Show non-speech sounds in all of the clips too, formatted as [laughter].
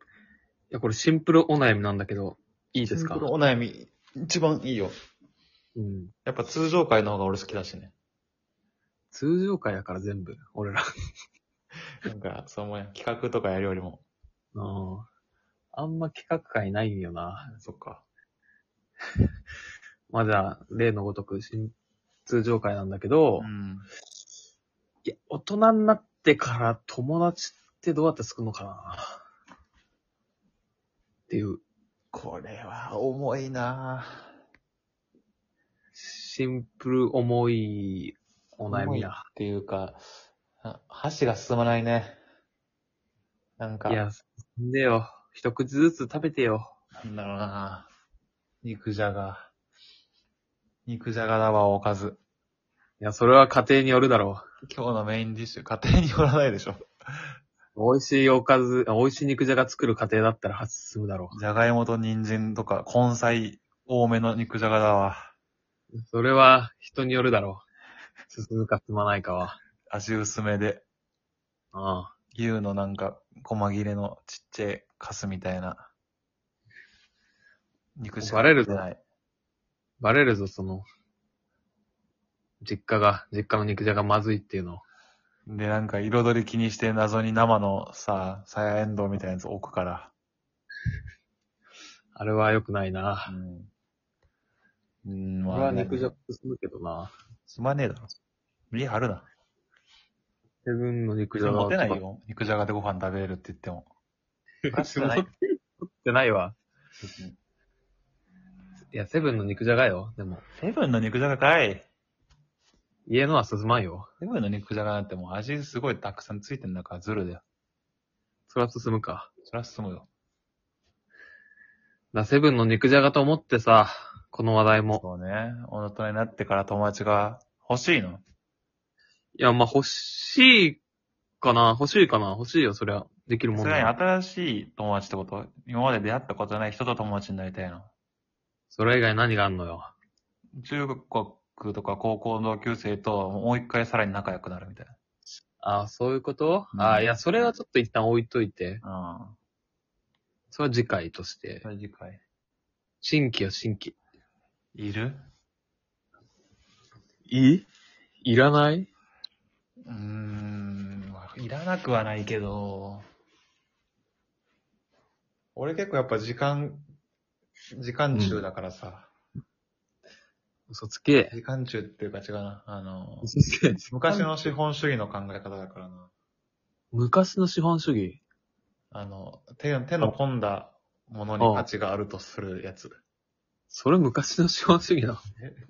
いや、これシンプルお悩みなんだけど、いいですかシンプルお悩み、一番いいよ。うん。やっぱ通常回の方が俺好きだしね。通常会やから全部、俺ら。 [laughs] なんか、そう思うやん。企画とかやるよりも。うんあんま企画会ないよな。そっか。まあじゃあ、例のごとく、新通常会なんだけど、ん。いや、大人になってから友達ってどうやって作るのかなっていう、これは重いなシンプル重いおお悩みっだ。ていうか、あ箸が進まないね。なんか、いや、んでよ。一口ずつ食べてよ。なんだろうな肉じゃが。肉じゃがだわ、おかず。いや、それは家庭によるだろ今日のメインディッシュ、家庭によらないでしょ。う。美味しいおかず、あ美味しい肉じゃが作る家庭だったら進むだろじゃがいもと人参とか、根菜多めの肉じゃがだわ。う。それは人によるだろう。進むか進まないかは。味薄めで。ああ。牛のなんか、細切れのちっちゃいカスみたいな。肉しかバレる出てない。バレるぞ、その、実家が、実家の肉じゃがまずいっていうの。で、なんか彩り気にして謎に生のさ、さやえんどうみたいなやつ置くから。あれは良くないな。うん。うん、これは肉じゃが進むけどな。すまねえだろ。家張るな。セブンの肉じゃが持てない。よ。肉じゃがでご飯食べれるって言っても。 [laughs] おかしく持ないってないわ。いや、セブンの肉じゃがよ。でも、セブンの肉じゃがかい。家のは進まんよ。セブンの肉じゃがなんてもう味すごいたくさんついてんだからズルだよ。それは進むか。そりゃ進むよ。ラセブンの肉じゃがと思ってさ、この話題も。そうね。大人になってから友達が欲しいの。いや、まあ、欲しいかな欲しいかな欲しいよ、そりゃ。できるもそんれなはら。新しい友達ってこと今まで出会ったことない人と友達になりたいの。それ以外何があんのよ。中学とか高校の同級生ともう一回さらに仲良くなるみたいああ、そういうこと、うんああ、いや、それはちょっと一旦置いといて。な。それは次回としてう。ん。次回。新規よ、新規。いるいいいらないうーん。まあいらなくはないけど。俺結構やっぱ時間、時間中だからさ。嘘つけ。時間中っていうか違うな。あの、嘘つけ。昔の資本主義の考え方だからな。昔の資本主義。あの、手手の込んだものに価値があるとするやつ。それ昔の資本主義だ。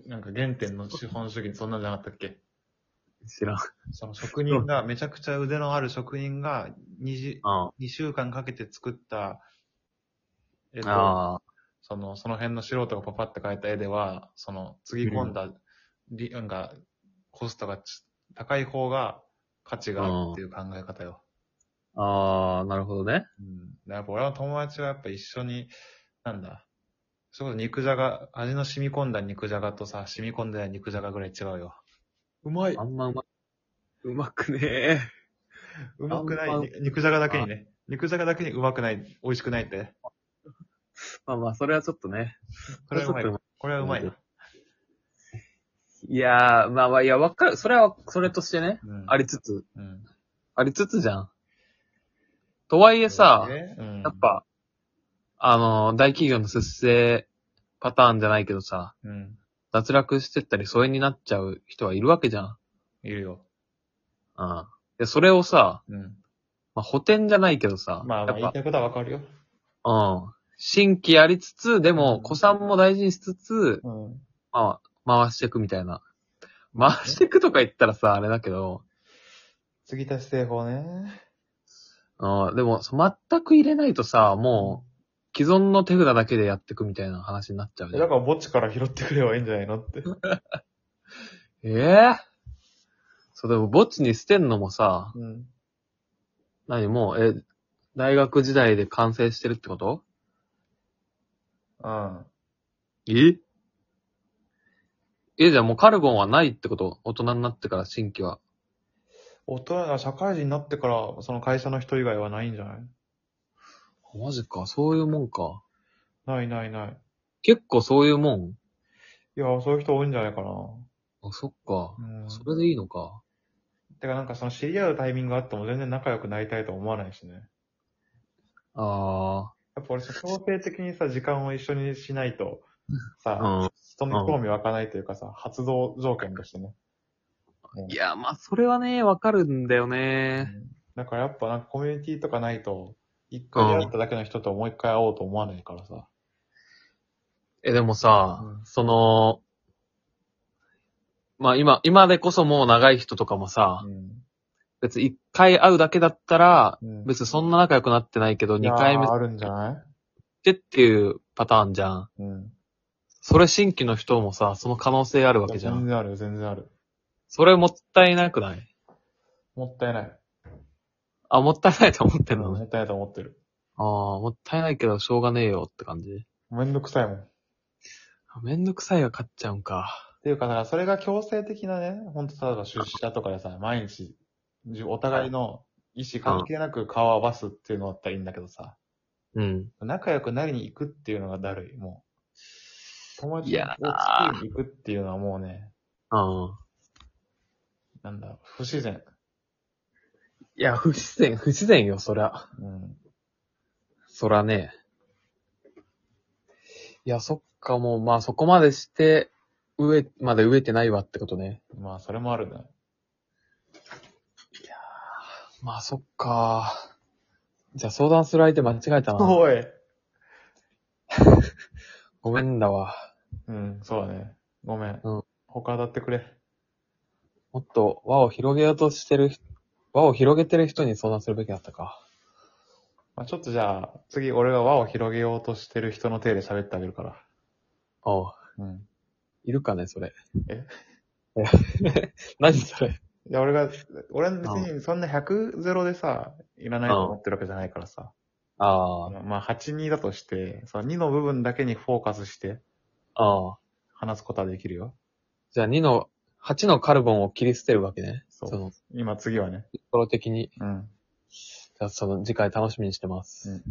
なんか原点の資本主義にそんなんじゃなかったっけ知らん。その職人が、めちゃくちゃ腕のある職人が2じ、あ2週間かけて作った、えっあ。と、ああ。その、その辺の素人がパパって描いた絵では、その、つぎ込んだ、りなんか、コストがち高い方が価値があるっていう考え方よ。ああ、なるほどね。うん。やっぱ俺の友達はやっぱ一緒に、なんだ。それこそ肉じゃが、味の染み込んだ肉じゃがとさ、染み込んでない肉じゃがぐらい違うよ。うまいあんまうま、うまくねえ。うまくないあんまに肉じゃがだけにね。肉じゃがだけにうまくない、美味しくないって。まあまあ、それはちょっとね。これはうまいちょっと。これはうまいな。いやー、まあまあ、いや、わかる。それは、それとしてね。うんありつつ。うん。ありつつじゃん。とはいえさ、え、うんやっ、ぱ、あの、大企業の出世パターンじゃないけどさ、うん。脱落してったり疎遠になっちゃう人はいるわけじゃん。いるよ。うん。で、それをさ、うん。まあ、補填じゃないけどさ、まあまあ、言やいったいことはわかるよ。ぱ、うん。新規ありつつ、でうも、ん子さんも大事にしつつ、うん。まあ、回していくみたいな。回していくとか言ったらさ、あれだけど、継ぎ足し製法ね。うん、でも、そ全く入れないとさ、もう、既存の手札だけでやっていくみたいな話になっちゃうえじゃだん。から墓地から拾ってくればいいんじゃないのって。ええそう、でも、墓地に捨てんのもさ、うん。何もう、え、大学時代で完成してるってことうん。ええ、じゃあもうカルボンはないってこと大人になってから新規は。大人が社会人になってから、その会社の人以外はないんじゃないあマジか、そういうもんか。ないないない。結構そういうもんいや、そういう人多いんじゃないかな。あ、そっかう。ん。それでいいのか。てかなんかその知り合うタイミングがあっても全然仲良くなりたいとは思わないしね。あやっぱ俺さ、強制的にさ、時間を一緒にしな [laughs] いと、あ、さ、うん。人の興味湧かないというかさ、発動条件としてね。いや、まあ、それはね、わかるんだよね。だからやっぱなんかコミュニティとかないと、一回会っただけの人ともう一回会おうと思わないからさ。え、でもさ、うんその、まあ今、今でこそもう長い人とかもさ、うん。別に一回会うだけだったら、うん別にそんな仲良くなってないけど、い二やー回目っあるんじゃなてっていうパターンじゃん。いうん。それ新規の人もさ、その可能性あるわけじゃ全ん。然ある、全然ある。それもったいなくないもったいない。あ、もったいないと思ってんのもね。ったいないと思ってる。ああ、もったいないけど、しょうがねえよって感じ。めんどくさいもん。っめんどくさいが勝っちゃうんか。ていうか、だからそれが強制的なね、ほんと、例えば出社とかでさ、毎日、じお互いの意思関係なく顔を合わすっていうのだったらいいんだけどさ、うん。仲良くなりに行くっていうのがだるい、もう。友達いをやー作りに行くっていうのはもうね、うん。なんだろう、不自然。いや、不自然、不自然よ、そりゃ。うん。そらね。いや、そっか、もう、まあそこまでして、植え、まで植えてないわってことね。まあ、それもあるね。まあそっか。じゃあ相談する相手間違えたな。おい。ごめんだわ。うん、そうだね。ごめん。うん他当たってくれ。もっと輪を広げようとしてる人、輪を広げてる人に相談するべきだったか。まあ、ちょっとじゃあ、次俺が輪を広げようとしてる人の手で喋ってあげるから。おううん。いるかね、それ。ええ [laughs] 何それ。いや、俺が、俺は別にそんな100ゼロでさ、いらないと思ってるわけじゃないからさ。ああ、まあ、82だとして、その2の部分だけにフォーカスしてああ。話すことはできるよ。じゃあ2の、8のカルボンを切り捨てるわけね。そうその、今次はね。心的に。うん。じゃあその次回楽しみにしてます。うん